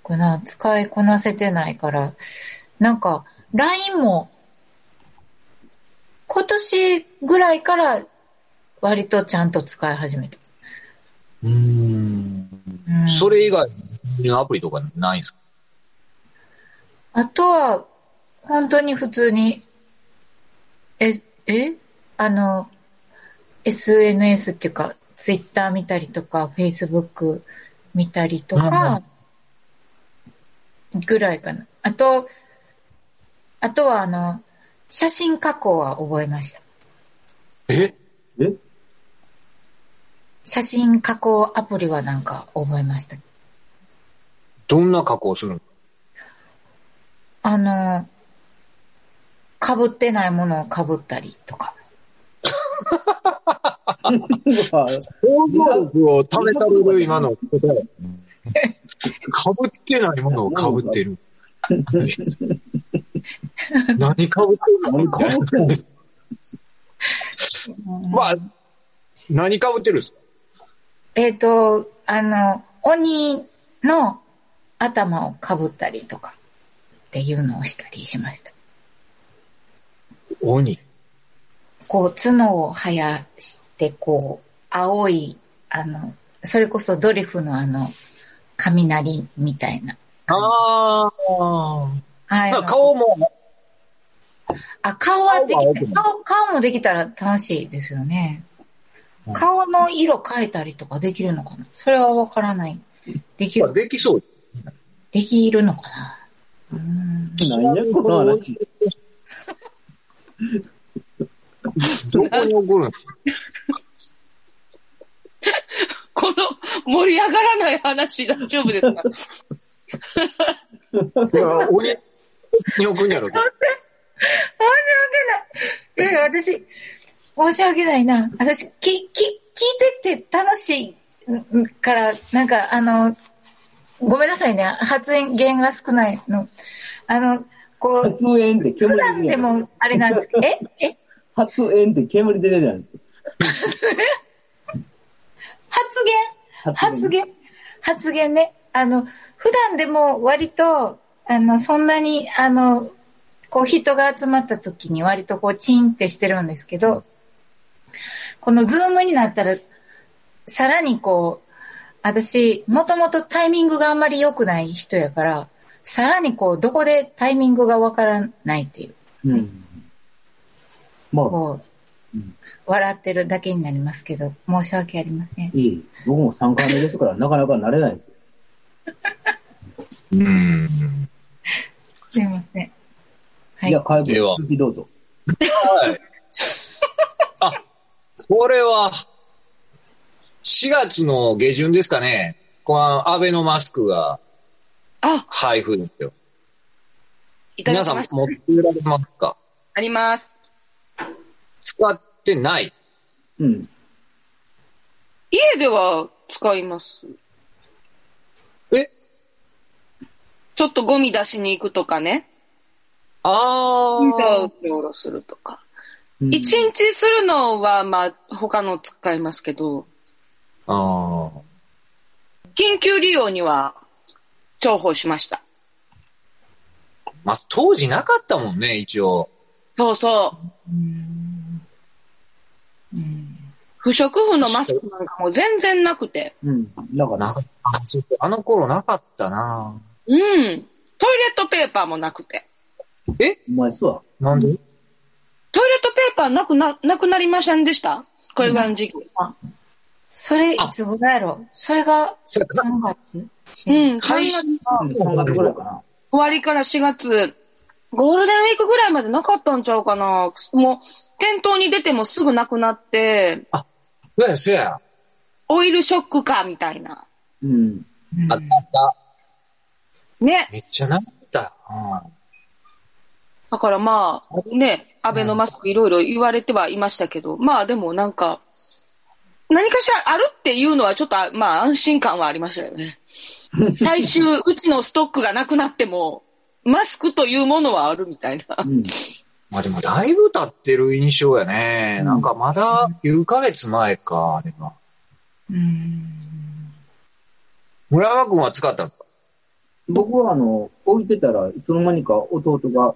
[SPEAKER 5] かな。使いこなせてないから。なんか、LINE も、今年ぐらいから割とちゃんと使い始めた。
[SPEAKER 2] うん。
[SPEAKER 5] うん
[SPEAKER 2] それ以外のアプリとかないんですか
[SPEAKER 5] あとは、本当に普通に、え、えあの、SNS っていうか、Twitter 見たりとか、Facebook 見たりとか、ぐらいかな。あと、あとはあの、写真加工は覚えました。
[SPEAKER 2] え
[SPEAKER 1] え
[SPEAKER 5] 写真加工アプリはなんか覚えました。
[SPEAKER 2] どんな加工するの
[SPEAKER 5] あの、被ってないものを被ったりとか。
[SPEAKER 1] うわ
[SPEAKER 2] 想像力を試される今の答え。かぶってないものをかぶってる。何かぶって
[SPEAKER 1] 何
[SPEAKER 2] る
[SPEAKER 1] 被ってんの
[SPEAKER 2] まあ、何かぶってるんですか
[SPEAKER 5] えっ、と、あの、鬼の頭をかぶったりとかっていうのをしたりしました。
[SPEAKER 2] 鬼。
[SPEAKER 5] こう、角を生やして、こう、青い、あの、それこそドリフのあの、雷みたいな。
[SPEAKER 2] ああ。
[SPEAKER 5] はい。
[SPEAKER 2] 顔も、
[SPEAKER 5] あ、顔はで
[SPEAKER 2] 顔は
[SPEAKER 5] き
[SPEAKER 2] 青くな
[SPEAKER 5] た顔。顔もできたら楽しいですよね
[SPEAKER 2] うん。
[SPEAKER 5] 顔の色変えたりとかできるのかなそれはわからない。でき
[SPEAKER 2] まあ
[SPEAKER 5] る、
[SPEAKER 2] できそう。
[SPEAKER 5] できるのかなうん
[SPEAKER 1] 何やこの話。
[SPEAKER 2] どこに起こるん
[SPEAKER 4] この盛り上がらない話大丈夫ですか
[SPEAKER 2] いや鬼に置くんやろうけど。
[SPEAKER 5] 申し訳ない。いや、私、申し訳ないな。私、き、き、聞いてて楽しいんから、なんか、あの、ごめんなさいね。発言が少ないの。あの、こう、
[SPEAKER 1] 発煙って煙
[SPEAKER 5] 普
[SPEAKER 1] 出
[SPEAKER 5] 段
[SPEAKER 1] る
[SPEAKER 5] で
[SPEAKER 1] やん。
[SPEAKER 5] も、あれなんですけど、ええ
[SPEAKER 1] 発煙って煙出るじゃないですか。
[SPEAKER 5] 発言
[SPEAKER 1] 発
[SPEAKER 5] 発言発言ね。あの、普段でも割と、あの、そんなに、あの、こう人が集まった時に割とこうチンってしてるんですけど、このズームになったら、さらにこう、私、もともとタイミングがあんまり良くない人やから、さらにこう、どこでタイミングがわからないっていう、
[SPEAKER 1] うん。まあ、
[SPEAKER 5] こう
[SPEAKER 1] うん、
[SPEAKER 5] 笑ってるだけになりますけど、申し訳ありません。
[SPEAKER 1] いい。僕も3回目ですから、なかなか慣れないですよ。
[SPEAKER 2] うん。
[SPEAKER 5] すいません。はい
[SPEAKER 1] いや、会
[SPEAKER 2] では
[SPEAKER 1] 続きどうぞ。
[SPEAKER 2] はい。あ、これは、4月の下旬ですかね。このアベノマスクが
[SPEAKER 4] あ、
[SPEAKER 2] 配布ですよ。
[SPEAKER 4] いただ
[SPEAKER 2] 皆
[SPEAKER 4] き
[SPEAKER 2] さん
[SPEAKER 4] ました。
[SPEAKER 2] 持っておられますか
[SPEAKER 4] あります。
[SPEAKER 2] 使ってない。
[SPEAKER 1] うん。
[SPEAKER 4] 家では使います。
[SPEAKER 2] え
[SPEAKER 4] ちょっとゴミ出しに行くとかね。
[SPEAKER 2] あ
[SPEAKER 4] ゴミを
[SPEAKER 2] あ
[SPEAKER 4] う。ろうろするとか。
[SPEAKER 1] うん
[SPEAKER 4] 一日するのは、まあ、他の使いますけど、
[SPEAKER 2] ああ。
[SPEAKER 4] 緊急利用には重宝しました。
[SPEAKER 2] まあ、当時なかったもんね、一応。
[SPEAKER 4] そうそう。不織布のマスクなんかも全然なくて。
[SPEAKER 1] うん。だか
[SPEAKER 2] な
[SPEAKER 1] ら
[SPEAKER 2] か、ったそうそうあの頃なかったな。
[SPEAKER 4] うん。トイレットペーパーもなくて。
[SPEAKER 2] え
[SPEAKER 1] お前そう
[SPEAKER 2] なんで
[SPEAKER 4] トイレットペーパーなくな、なくなりませんでしたこれぐらいの時期。
[SPEAKER 5] それ、いつござやろそれが
[SPEAKER 2] そうや
[SPEAKER 5] 3月
[SPEAKER 4] うん。そん
[SPEAKER 2] 最
[SPEAKER 4] な
[SPEAKER 2] 初
[SPEAKER 4] 終
[SPEAKER 1] だ。うん。3月ぐらいかな。
[SPEAKER 4] わりから4月、ゴールデンウィークぐらいまでなかったんちゃうかな。もう、店頭に出てもすぐなくなって、
[SPEAKER 2] そうや、そうや。
[SPEAKER 4] オイルショックか、みたいな。
[SPEAKER 1] うん。
[SPEAKER 2] あったあった。
[SPEAKER 4] ね。
[SPEAKER 2] めっちゃなかった。うん
[SPEAKER 4] だからまあ、ね、安倍のマスクいろいろ言われてはいましたけど、まあでもなんか、何かしらあるっていうのはちょっとあ、まあ安心感はありましたよね。最終、うちのストックがなくなっても、マスクというものはあるみたいな
[SPEAKER 1] う。ん。
[SPEAKER 2] まあでもだいぶ経ってる印象やね。
[SPEAKER 1] うん
[SPEAKER 2] なんかまだ9ヶ月前か、あれが。村山くんは使ったんですか
[SPEAKER 1] 僕はあの、置いてたらいつの間にか弟が、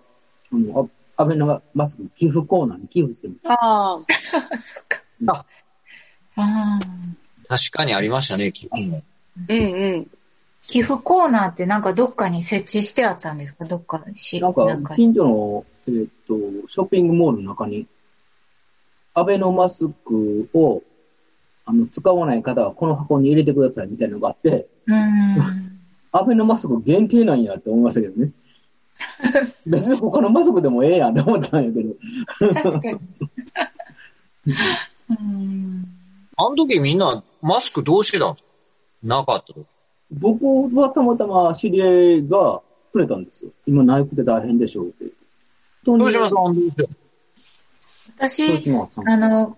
[SPEAKER 1] あの、あ安倍のマスク寄付コーナーに寄付してました。
[SPEAKER 4] ああ。
[SPEAKER 5] ああ
[SPEAKER 2] 確かにありましたね、昨日も。
[SPEAKER 4] うんうん。
[SPEAKER 5] 寄付コーナーってなんかどっかに設置してあったんですかどっかし
[SPEAKER 1] なん
[SPEAKER 5] なん
[SPEAKER 1] か、
[SPEAKER 5] か
[SPEAKER 1] 近所の、えーっと、ショッピングモールの中に、アベノマスクを、あの、使わない方はこの箱に入れてくださいみたいなのがあって、
[SPEAKER 5] うん。
[SPEAKER 1] アベノマスク限定なんやって思いましたけどね。別に他のマスクでもええやんって思ったんやけど。
[SPEAKER 5] 確かに。うん。
[SPEAKER 2] あの時みんなマスクどうしてたんですかなかった時
[SPEAKER 1] 僕はたまたま知り合いがくれたんですよ。今ないくて大変でしょうって言って。ど
[SPEAKER 2] 豊島さんはどうしてた
[SPEAKER 1] 豊
[SPEAKER 5] 私、
[SPEAKER 1] 島さん。
[SPEAKER 5] あの、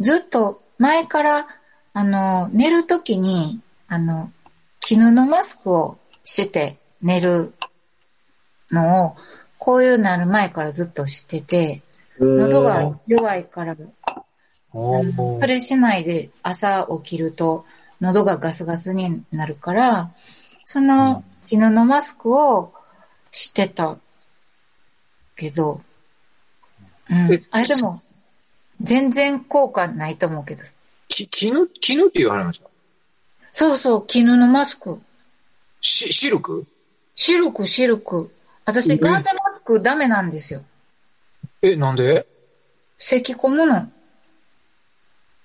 [SPEAKER 5] ずっと前から、あの、寝るときに、あの、絹のマスクをして寝るのを、こういうなる前からずっとしてて、
[SPEAKER 1] へー
[SPEAKER 5] 喉が弱いから、
[SPEAKER 2] お
[SPEAKER 5] そ
[SPEAKER 2] ー
[SPEAKER 5] れしないで朝起きると喉がガスガスになるから、その犬のマスクをしてたけど、う
[SPEAKER 2] え
[SPEAKER 5] ん。あれでも、全然効果ないと思うけど。
[SPEAKER 2] き絹絹って言われました。
[SPEAKER 5] そうそう、絹のマスク。
[SPEAKER 2] し、シルク
[SPEAKER 5] シルク、シルク。私、ガーゼマスクダメなんですよ。
[SPEAKER 2] え、なんで
[SPEAKER 5] 咳込むの。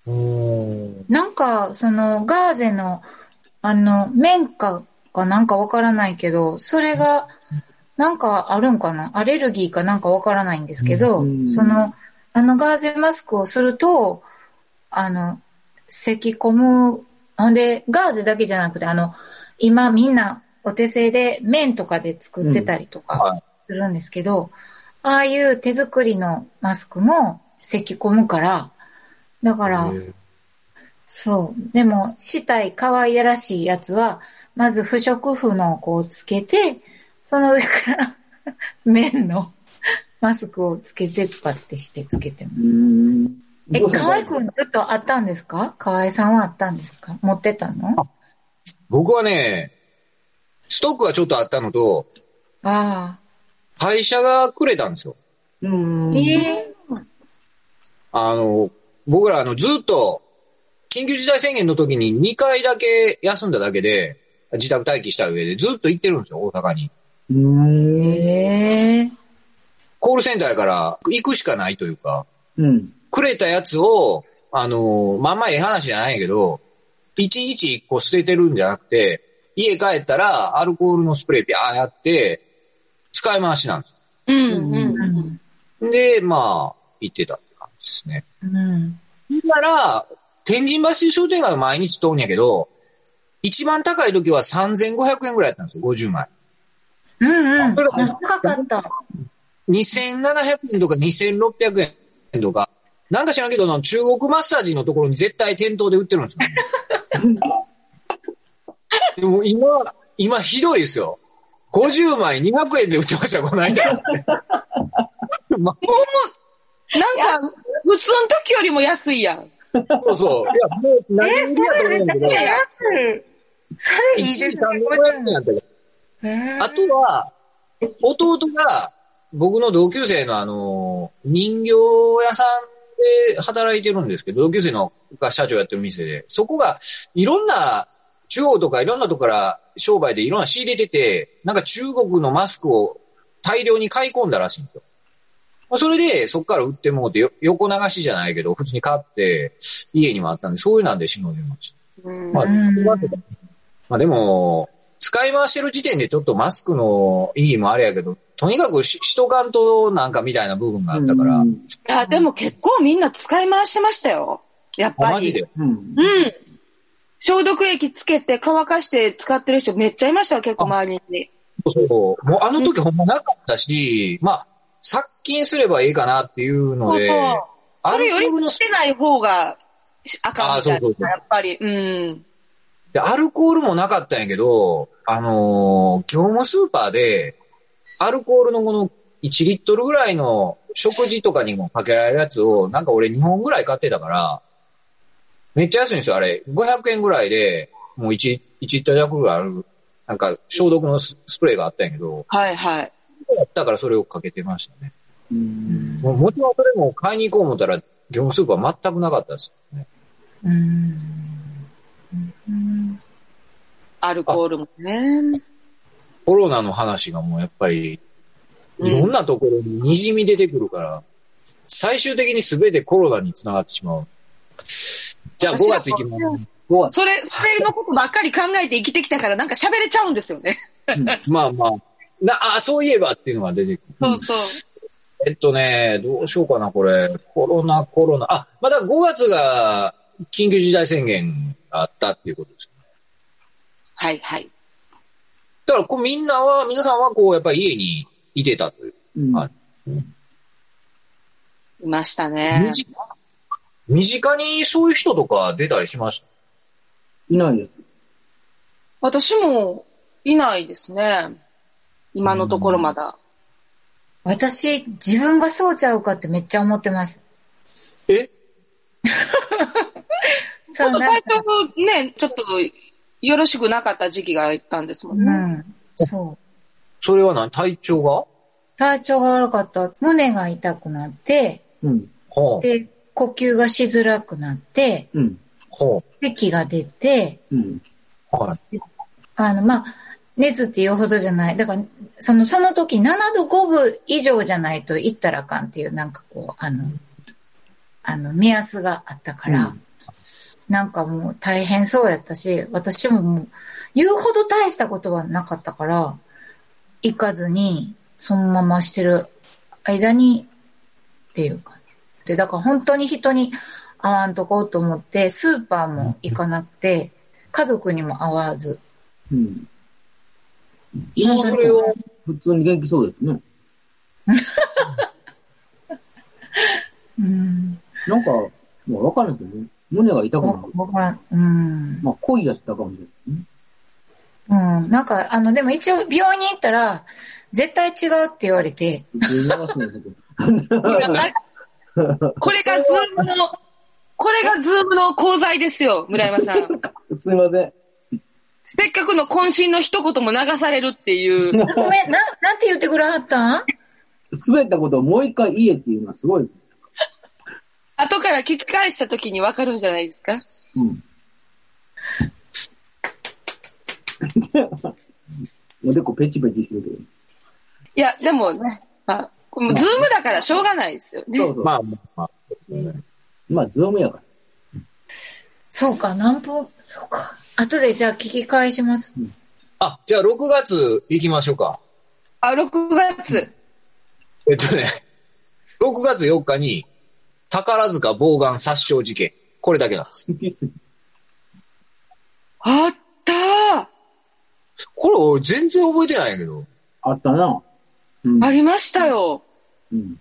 [SPEAKER 2] おー
[SPEAKER 5] なんか、その、ガーゼの、あの、綿花かなんかわからないけど、それが、なんかあるんかなアレルギーかなんかわからないんですけど、
[SPEAKER 1] うん
[SPEAKER 5] その、あのガーゼマスクをすると、あの、咳込む、ほんで、ガーゼだけじゃなくて、あの、今みんなお手製で麺とかで作ってたりと
[SPEAKER 2] うんは
[SPEAKER 5] かするんですけど、ああいう手作りのマスクも咳込むから、だから、そう。でも、したい可愛らしいやつは、まず不織布のをこうつけて、その上から [laughs] 綿のマスクをつけてとかってしてつけてま
[SPEAKER 1] う
[SPEAKER 5] す。
[SPEAKER 1] ん。
[SPEAKER 5] え、河合く
[SPEAKER 1] 君
[SPEAKER 5] んずっとあったんですか河合さんはあったんですか持ってたのあ
[SPEAKER 2] 僕はね、ストックがちょっとあったのと、
[SPEAKER 5] あ。
[SPEAKER 2] 会社がくれたんですよ。
[SPEAKER 1] うん。
[SPEAKER 5] ええ
[SPEAKER 2] あの、僕らあの、ずっと、緊急事態宣言の時に2回だけ休んだだけで、自宅待機した上でずっと行ってるんですよ、大阪に。
[SPEAKER 1] うん。
[SPEAKER 5] ええ
[SPEAKER 2] コールセンターやから行くしかないというか、
[SPEAKER 1] うん。
[SPEAKER 2] くれたやつを、あの、まあまあええ話じゃないけど、いちいち一個捨ててるんじゃなくて、家帰ったらアルコールのスプレーピャーやって、使い回しなんです
[SPEAKER 4] うんうんうん。
[SPEAKER 2] よ。で、まあ、行ってたって感じですね。
[SPEAKER 5] うん。
[SPEAKER 2] だから、天神橋商店街は毎日通んやけど、一番高い時は3500円ぐらいだったんですよ、50枚。
[SPEAKER 5] うんうん。
[SPEAKER 2] それが
[SPEAKER 5] 高かった。
[SPEAKER 2] 2700円とか2600円とか、なんか知らんけど、あの中国マッサージのところに絶対店頭で売ってるんですよ。 [laughs] でも今、今ひどいですよ。50枚200円で売ってました、この間。ま
[SPEAKER 4] なんか、普通の時よりも安いやん。
[SPEAKER 2] あ、そうそう。いや、もう何年ぶりやと思うんだけど、
[SPEAKER 5] それ
[SPEAKER 2] 1
[SPEAKER 5] いいで
[SPEAKER 2] 時
[SPEAKER 5] す
[SPEAKER 2] 3 500円やったから
[SPEAKER 5] ね。
[SPEAKER 2] あとは、弟が、僕の同級生のあの、人形屋さんで働いてるんですけど、同級生のが社長やってる店で、そこが、いろんな、中央とかいろんなとこから商売でいろんな仕入れてて、なんか中国のマスクを大量に買い込んだらしいんですよ。まあそれで、そこから売ってもうてよ、横流しじゃないけど、普通に買って、家にもあったんで、そういうなんでしのでました。
[SPEAKER 4] うん
[SPEAKER 2] まあ、
[SPEAKER 5] うん
[SPEAKER 2] まあでも、使い回してる時点でちょっとマスクの意義もあれやけど、とにかくし、しとかんとなんかみたいな部分があったから、
[SPEAKER 1] うん。
[SPEAKER 4] いや、でも結構みんな使い回してましたよ。やっ
[SPEAKER 2] あ
[SPEAKER 4] ぱり。
[SPEAKER 2] マジで。
[SPEAKER 1] うん
[SPEAKER 4] うん。消毒液つけて乾かして使ってる人めっちゃいましたよ、結構周りに。
[SPEAKER 2] そうそう。もうあの時ほんまなかったし、まあ、殺菌すればいいかなっていうの
[SPEAKER 4] そう
[SPEAKER 2] で、
[SPEAKER 4] そう。それよ
[SPEAKER 2] アルコー
[SPEAKER 4] り
[SPEAKER 2] ル
[SPEAKER 4] も
[SPEAKER 2] の
[SPEAKER 4] つけない方がしあかんみたい
[SPEAKER 2] あーそうそうそう
[SPEAKER 4] な、やっぱり。うん。
[SPEAKER 2] で、アルコールもなかったんやけど、あのー業務スーパーで、アルコールのこの1リットルぐらいの食事とかにもかけられるやつを、なんか俺2本ぐらい買ってたから、めっちゃ安いんですよ、あれ。500円ぐらいで、もう 1, 1リットル弱ぐらいある、なんか消毒のススプレーがあったんやけど、
[SPEAKER 4] はいはい。
[SPEAKER 2] だからそれをかけてましたね。
[SPEAKER 1] うん。
[SPEAKER 2] もうもちろんそれも買いに行こう思ったら、業務スーパー全くなかったですね。
[SPEAKER 5] うん。うん
[SPEAKER 4] アルコールもね。
[SPEAKER 2] コロナの話がもうやっぱり、いろんなところに滲み出てくるから、最終的に全てコロナにつながってしまう。じゃあ5月行きます。
[SPEAKER 1] 5月。
[SPEAKER 4] それ、それのことばっかり考えて生きてきたからなんか喋れちゃうんですよね。
[SPEAKER 2] まあまあ、な、あ、そういえばっていうのが出てくる。
[SPEAKER 4] そうそう。
[SPEAKER 2] えっとね、どうしようかな、これ。コロナ、コロナ。あ、まだ5月が緊急事態宣言があったっていうことです。
[SPEAKER 4] はいはい。
[SPEAKER 2] だからこうみんなは、皆さんはこう、やっぱり家にいてたという。
[SPEAKER 1] うん
[SPEAKER 2] はい
[SPEAKER 4] いましたね
[SPEAKER 2] 身。近身近にそういう人とか出たりしました
[SPEAKER 1] いないです。
[SPEAKER 4] 私もいないですね。今のところまだ。
[SPEAKER 5] 私、自分がそうちゃうかってめっちゃ思ってます。
[SPEAKER 2] え
[SPEAKER 4] ちょっと
[SPEAKER 5] なん
[SPEAKER 4] 体
[SPEAKER 5] か
[SPEAKER 4] 調ね、ちょっとよろしくなかった時期があったんですもん
[SPEAKER 5] う
[SPEAKER 4] ね。
[SPEAKER 5] ん。そう。
[SPEAKER 2] それは何体調が
[SPEAKER 5] 体調が悪かった。胸が痛くなって、
[SPEAKER 1] うん。
[SPEAKER 2] はあ、
[SPEAKER 5] で、呼吸がしづらくなって、
[SPEAKER 1] うん。
[SPEAKER 2] は
[SPEAKER 5] 咳が出て、
[SPEAKER 1] うん。
[SPEAKER 2] あ、はい。
[SPEAKER 5] あの、まあ、熱っていうほどじゃない。だから、その、その時7度5分以上じゃないと行ったらあかんっていう、なんかこう、あの、あの、目安があったから、
[SPEAKER 1] うん
[SPEAKER 5] なんかもう大変そうやったし、私ももう、言うほど大したことはなかったから、行かずに、そのまましてる間に、っていう感じ。で、だから本当に人に会わんとこうと思って、スーパーも行かなくて、家族にも会わず。
[SPEAKER 1] うん。
[SPEAKER 2] それを、
[SPEAKER 1] 普通に元気そうですね。
[SPEAKER 5] うん。
[SPEAKER 1] なんか、もうわかるんですよね。胸が痛くな
[SPEAKER 5] わ
[SPEAKER 1] る。
[SPEAKER 5] わからん。うん。
[SPEAKER 1] まあ、恋やったかもしれないですね。
[SPEAKER 5] うん。なんか、あの、でも一応病院に行ったら、絶対違うって言われて、
[SPEAKER 1] 普通に流すんですけど。
[SPEAKER 4] [laughs] これがズームの、これがズームの功罪ですよ、村山さん。
[SPEAKER 1] すいません。
[SPEAKER 4] せっかくの渾身の一言も流されるっていう。
[SPEAKER 5] ごめん、な、なんて言ってくれはったん
[SPEAKER 1] 滑ったことをもう一回言えっていうのはすごいですね。
[SPEAKER 4] 後から聞き返した時にわかるんじゃないですか
[SPEAKER 1] うん。おでこペチペチするけど。
[SPEAKER 4] いや、でもね、まあ、これもズームだからしょうがないですよね。
[SPEAKER 1] そうそう。まあ、
[SPEAKER 2] まあまあまあ、
[SPEAKER 1] ズームやから。 [laughs]
[SPEAKER 5] そうか、何分、そうか。後でじゃあ聞き返します。
[SPEAKER 2] あ、じゃあ6月行きましょうか。
[SPEAKER 4] あ、6月。
[SPEAKER 2] えっとね、6月4日に、宝塚暴眼殺傷事件。これだけなんです。
[SPEAKER 4] あったー
[SPEAKER 2] これ俺全然覚えてないんやけど。
[SPEAKER 1] あったな。うん。
[SPEAKER 4] ありましたよ。
[SPEAKER 1] うん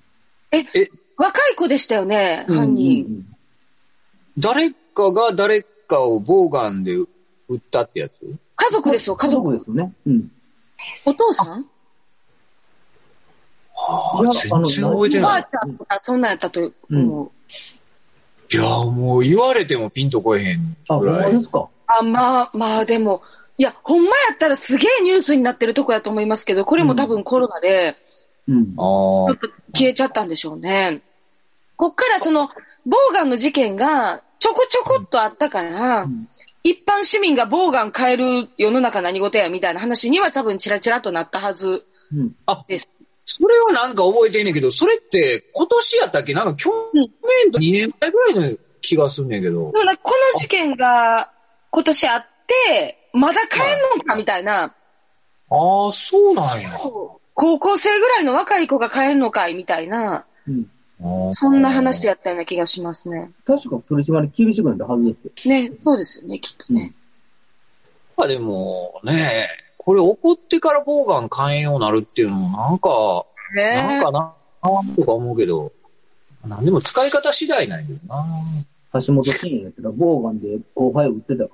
[SPEAKER 4] 若い子でしたよね、犯人。。
[SPEAKER 2] 誰かが誰かを暴眼で撃ったってやつ
[SPEAKER 4] 家族ですよ、
[SPEAKER 1] 家
[SPEAKER 4] 家族。
[SPEAKER 1] 族ですよね。うん。
[SPEAKER 4] お父さん
[SPEAKER 2] あ
[SPEAKER 1] いや
[SPEAKER 2] あ、全然覚えて
[SPEAKER 4] お
[SPEAKER 1] や
[SPEAKER 4] ば
[SPEAKER 2] な
[SPEAKER 4] あ
[SPEAKER 2] い
[SPEAKER 4] ち。ゃんとか、そんなんやったと思う。
[SPEAKER 2] いや、もう言われてもピンとこえへん
[SPEAKER 1] あ、ほ
[SPEAKER 2] ぐ
[SPEAKER 1] んま
[SPEAKER 2] ら
[SPEAKER 1] で
[SPEAKER 2] い。
[SPEAKER 1] すか。
[SPEAKER 4] あ、まあ、まあでも、いや、ほんまやったらすげえニュースになってるとこやと思いますけど、これも多分コロナで
[SPEAKER 1] うん。
[SPEAKER 2] あ
[SPEAKER 4] ちょ
[SPEAKER 2] あ
[SPEAKER 4] っ、と消えちゃったんでしょうね。こっからその、ボーガンの事件がちょこちょこっとあったから、
[SPEAKER 1] うん
[SPEAKER 4] 一般市民がボーガン変える世の中何事やみたいな話には多分チラチラとなったはず。
[SPEAKER 1] うん。
[SPEAKER 2] それはなんか覚えてんねんけど、それって今年やったっけなんか去年と2年前ぐらいの気がすんねんけど
[SPEAKER 4] で。もなんかこの事件が今年あって、まだ変えんのかみたいな、
[SPEAKER 2] ああ、そうなんや。
[SPEAKER 4] 高校生ぐらいの若い子が変えんのかいみたいな、
[SPEAKER 1] うん。
[SPEAKER 4] そんな話やったような気がしますね。
[SPEAKER 1] 確か取り締まり厳しくなったはずですよ。
[SPEAKER 4] ね、そうですよね、きっとね。
[SPEAKER 2] まあでもね、これ怒ってからボーガン肝炎になるっていうのもなんか、なん
[SPEAKER 4] ね
[SPEAKER 2] かな、とか思うけど、なんでも使い方次第なんやけどな。
[SPEAKER 1] 橋本真也やったら、ボーガンで後輩を撃ってたか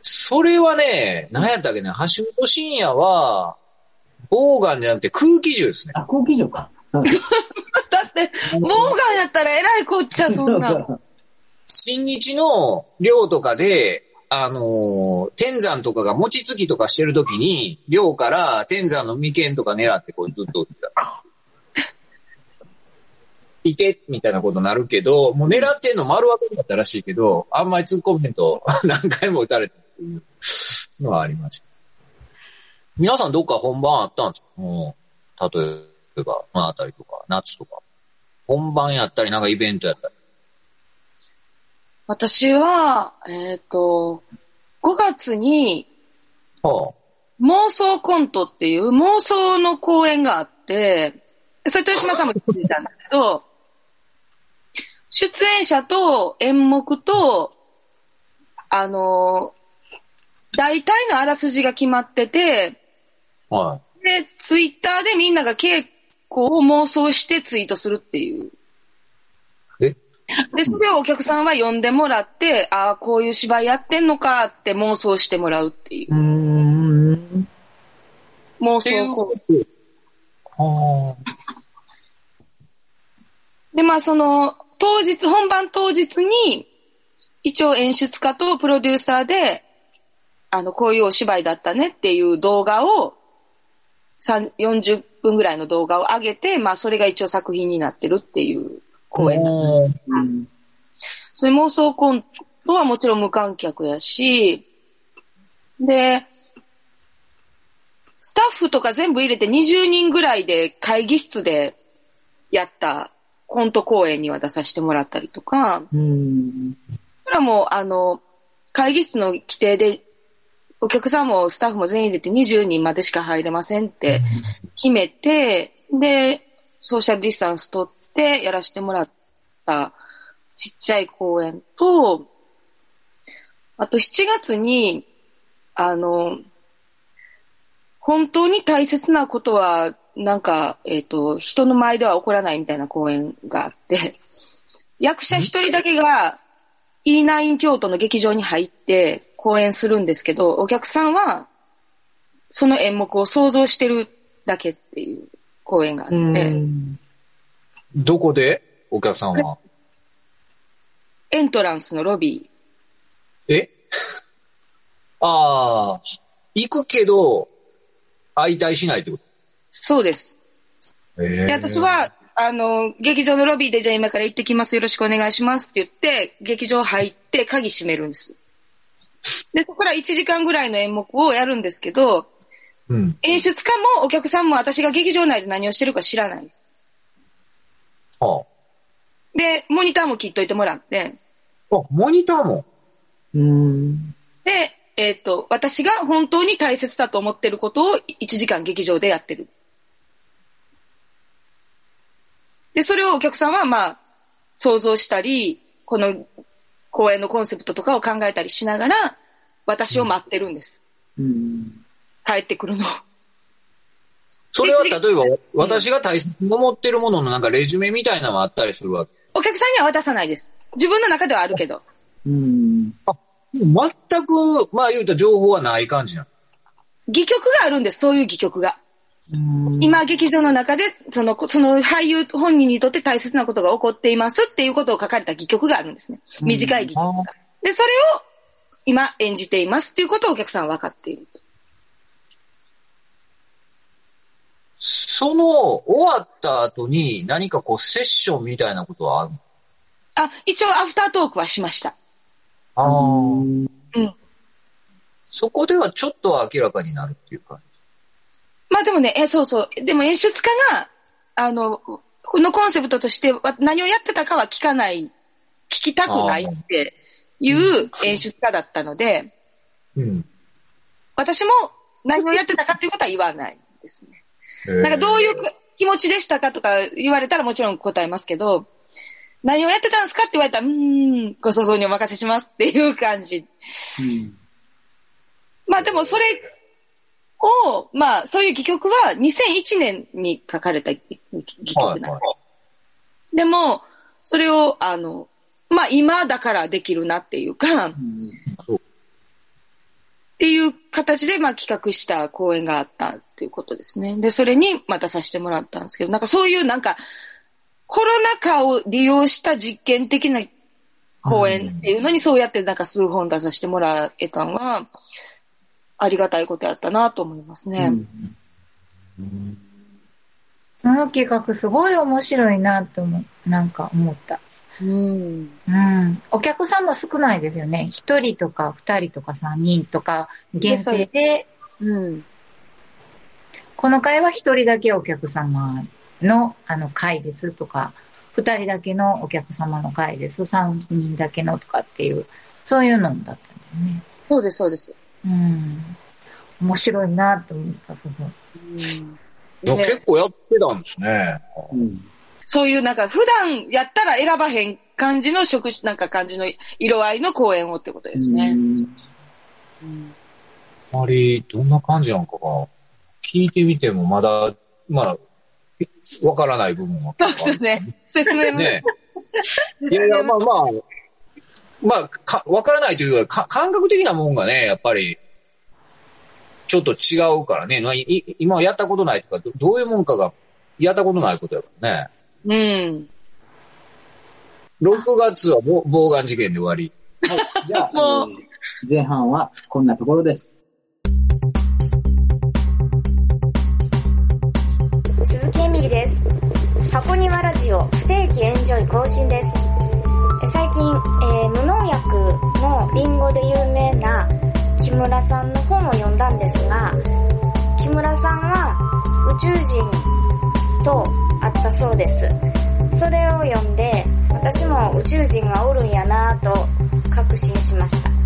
[SPEAKER 2] それはね、何やったっけね、橋本真也は、ボーガンじゃなくて空気銃ですね。
[SPEAKER 1] ら。あ、空気銃
[SPEAKER 4] [laughs]
[SPEAKER 1] か。
[SPEAKER 4] [laughs] だって、モーガンやったらえらいこっちゃ、
[SPEAKER 2] [laughs]
[SPEAKER 4] そんな。
[SPEAKER 2] 新日の寮とかで、あのー天山とかが餅つきとかしてるときに、寮から天山の眉間とか狙ってこうずっと撃 [laughs] ってた。いて、みたいなことになるけど、もう狙ってんの丸分かりだったらしいけど、あんまり突っ込めんと [laughs] 何回も撃たれたっていうのはありました。皆さんどっか本番あったんですかもう、例えば、まああたりとか、夏とか。本番やったり、なんかイベントやったり。
[SPEAKER 4] 私は、えっ、と、5月に
[SPEAKER 2] はあ
[SPEAKER 4] 妄想コントっていう妄想の公演があって、それ豊島さんも聞いてたんですけど、出演者と演目と、あのー大体のあらすじが決まってて、
[SPEAKER 2] はい。
[SPEAKER 4] で、ツイッターでみんなが稽古を妄想してツイートするっていう。
[SPEAKER 2] え
[SPEAKER 4] で、それをお客さんは呼んでもらって、ああ、こういう芝居やってんのかって妄想してもらうっていう
[SPEAKER 1] う。ーん。
[SPEAKER 4] 妄
[SPEAKER 2] ってい
[SPEAKER 4] 想
[SPEAKER 2] う
[SPEAKER 4] こ
[SPEAKER 2] はあ。
[SPEAKER 4] う。で、まあその、当日、本番当日に、一応演出家とプロデューサーで、あの、こういうお芝居だったねっていう動画を、三40分ぐらいの動画を上げて、まあそれが一応作品になってるっていう公演
[SPEAKER 1] うん。
[SPEAKER 4] そういう妄想コントはもちろん無観客やし、で、スタッフとか全部入れて20人ぐらいで会議室でやったコント公演には出させてもらったりとか、
[SPEAKER 1] うん。
[SPEAKER 4] それはもうあの、会議室の規定でお客さんもスタッフも全員入れて20人までしか入れませんって決めて、で、ソーシャルディスタンス取ってやらせてもらったちっちゃい公演と、あと7月に、あの、本当に大切なことは、なんか、えっ、と、人の前では起こらないみたいな公演があって、 [laughs] 役者一人だけが E9 京都の劇場に入って公演するんですけど、お客さんはその演目を想像してるだけっていう公演があって、
[SPEAKER 2] どこでお客さんは。
[SPEAKER 4] エントランスのロビ
[SPEAKER 2] えああ、行くけど、相対しないってこ
[SPEAKER 4] ー。そうです。
[SPEAKER 2] とえ
[SPEAKER 4] で、私は、あの、劇場のロビーで、じゃあ今から行ってきます。よろしくお願いしますって言って、劇場入って鍵閉めるんです。で、そこから1時間ぐらいの演目をやるんですけど、
[SPEAKER 2] うん。
[SPEAKER 4] 演出家もお客さんも私が劇場内で何をしてるか知らないです。
[SPEAKER 2] あ
[SPEAKER 4] で、モニターも切っといてもらって、
[SPEAKER 2] あ、モニターも。
[SPEAKER 1] うん。
[SPEAKER 4] で、えっ、と、私が本当に大切だと思ってることを1時間劇場でやってる。で、それをお客さんはまあ、想像したり、この公演のコンセプトとかを考えたりしながら、私を待ってるんです。
[SPEAKER 1] うん。
[SPEAKER 4] 帰ってくるのを。
[SPEAKER 2] それは例えば、私が大切に思ってるもののなんかレジュメみたいなのがあったりするわけ。
[SPEAKER 4] お客さんには渡さないです。自分の中ではあるけど。
[SPEAKER 1] うん。
[SPEAKER 2] 全く、まあ言うたら情報はない感じなの。
[SPEAKER 4] 戯曲があるんです、そういう戯曲が。今、劇場の中で、その、その俳優本人にとって大切なことが起こっていますっていうことを書かれた戯曲があるんですね。短い戯曲が。で、それを今演じていますっていうことをお客さんは分かっている。
[SPEAKER 2] その、終わった後に何かこうセッションみたいなことはあるの
[SPEAKER 4] あ、一応アフタートークはしました。
[SPEAKER 2] ああ。
[SPEAKER 4] うん。
[SPEAKER 2] そこではちょっとは明らかになるっていうか。
[SPEAKER 4] まあでもね、え、そうそう。でも演出家が、あの、このコンセプトとしてわ何をやってたかは聞かない、聞きたくないっていう演出家だったので、
[SPEAKER 2] うん。
[SPEAKER 4] 私も何をやってたかっていうことは言わないですね。
[SPEAKER 2] な
[SPEAKER 4] なんかどういう気持ちでしたかとか言われたらもちろん答えますけど、何をやってたんですかって言われたら、うーん、ご想像にお任せしますっていう感じ。まあでもそれを、まあそういう戯曲は2001年に書かれた戯
[SPEAKER 2] は
[SPEAKER 4] 曲
[SPEAKER 2] い
[SPEAKER 4] なんで
[SPEAKER 2] はい。
[SPEAKER 4] でも、それを、あの、まあ今だからできるなっていうか、っていう形で、まあ、企画した公演があったっていうことですね。で、それにまたさせてもらったんですけど、なんかそういうなんか、コロナ禍を利用した実験的な公演っていうのに、そうやってなんか数本出させてもらえたのは、ありがたいことやったなと思いますね。
[SPEAKER 5] その企画すごい面白いなと思う、なんか思った。
[SPEAKER 4] うん。
[SPEAKER 5] うん。お客さんも少ないですよね。一人とか二人とか三人とか限定で、
[SPEAKER 4] うん。
[SPEAKER 5] この会は一人だけお客様のあの会ですとか、二人だけのお客様の会です、三人だけのとかっていう、そういうのだったんだよね。
[SPEAKER 4] そうです、そうです。
[SPEAKER 5] うん。面白いなと思った、すごい。
[SPEAKER 4] うん
[SPEAKER 2] いや
[SPEAKER 4] ね
[SPEAKER 2] 結構やってたんですね。
[SPEAKER 4] そういうなんか、普段やったら選ばへん感じの職種、なんか感じの色合いの公演をってことですね。うん
[SPEAKER 2] あまり、どんな感じなのかが、聞いてみてもまだ、まあ、わからない部分は。
[SPEAKER 4] そうですよね。説明も。
[SPEAKER 2] ねいやいや、まあまあ、まあ、か、わからないというか、か感覚的なもんがね、やっぱり、ちょっと違うからね。まあ、いい今やったことないとかど、どういうもんかが、やったことないことやからね。
[SPEAKER 4] [laughs] うん。
[SPEAKER 2] 6月はぼ暴眼事件で終わり。
[SPEAKER 1] じゃあ、
[SPEAKER 4] もう
[SPEAKER 1] えー前半はこんなところです。
[SPEAKER 6] 鈴木えみりです。箱庭ラジオ不定期エンジョイ更新です。え最近、えー無農薬のリンゴで有名な木村さんの本を読んだんですが、木村さんは宇宙人と会ったそうです。それを読んで、私も宇宙人がおるんやなぁと確信しました。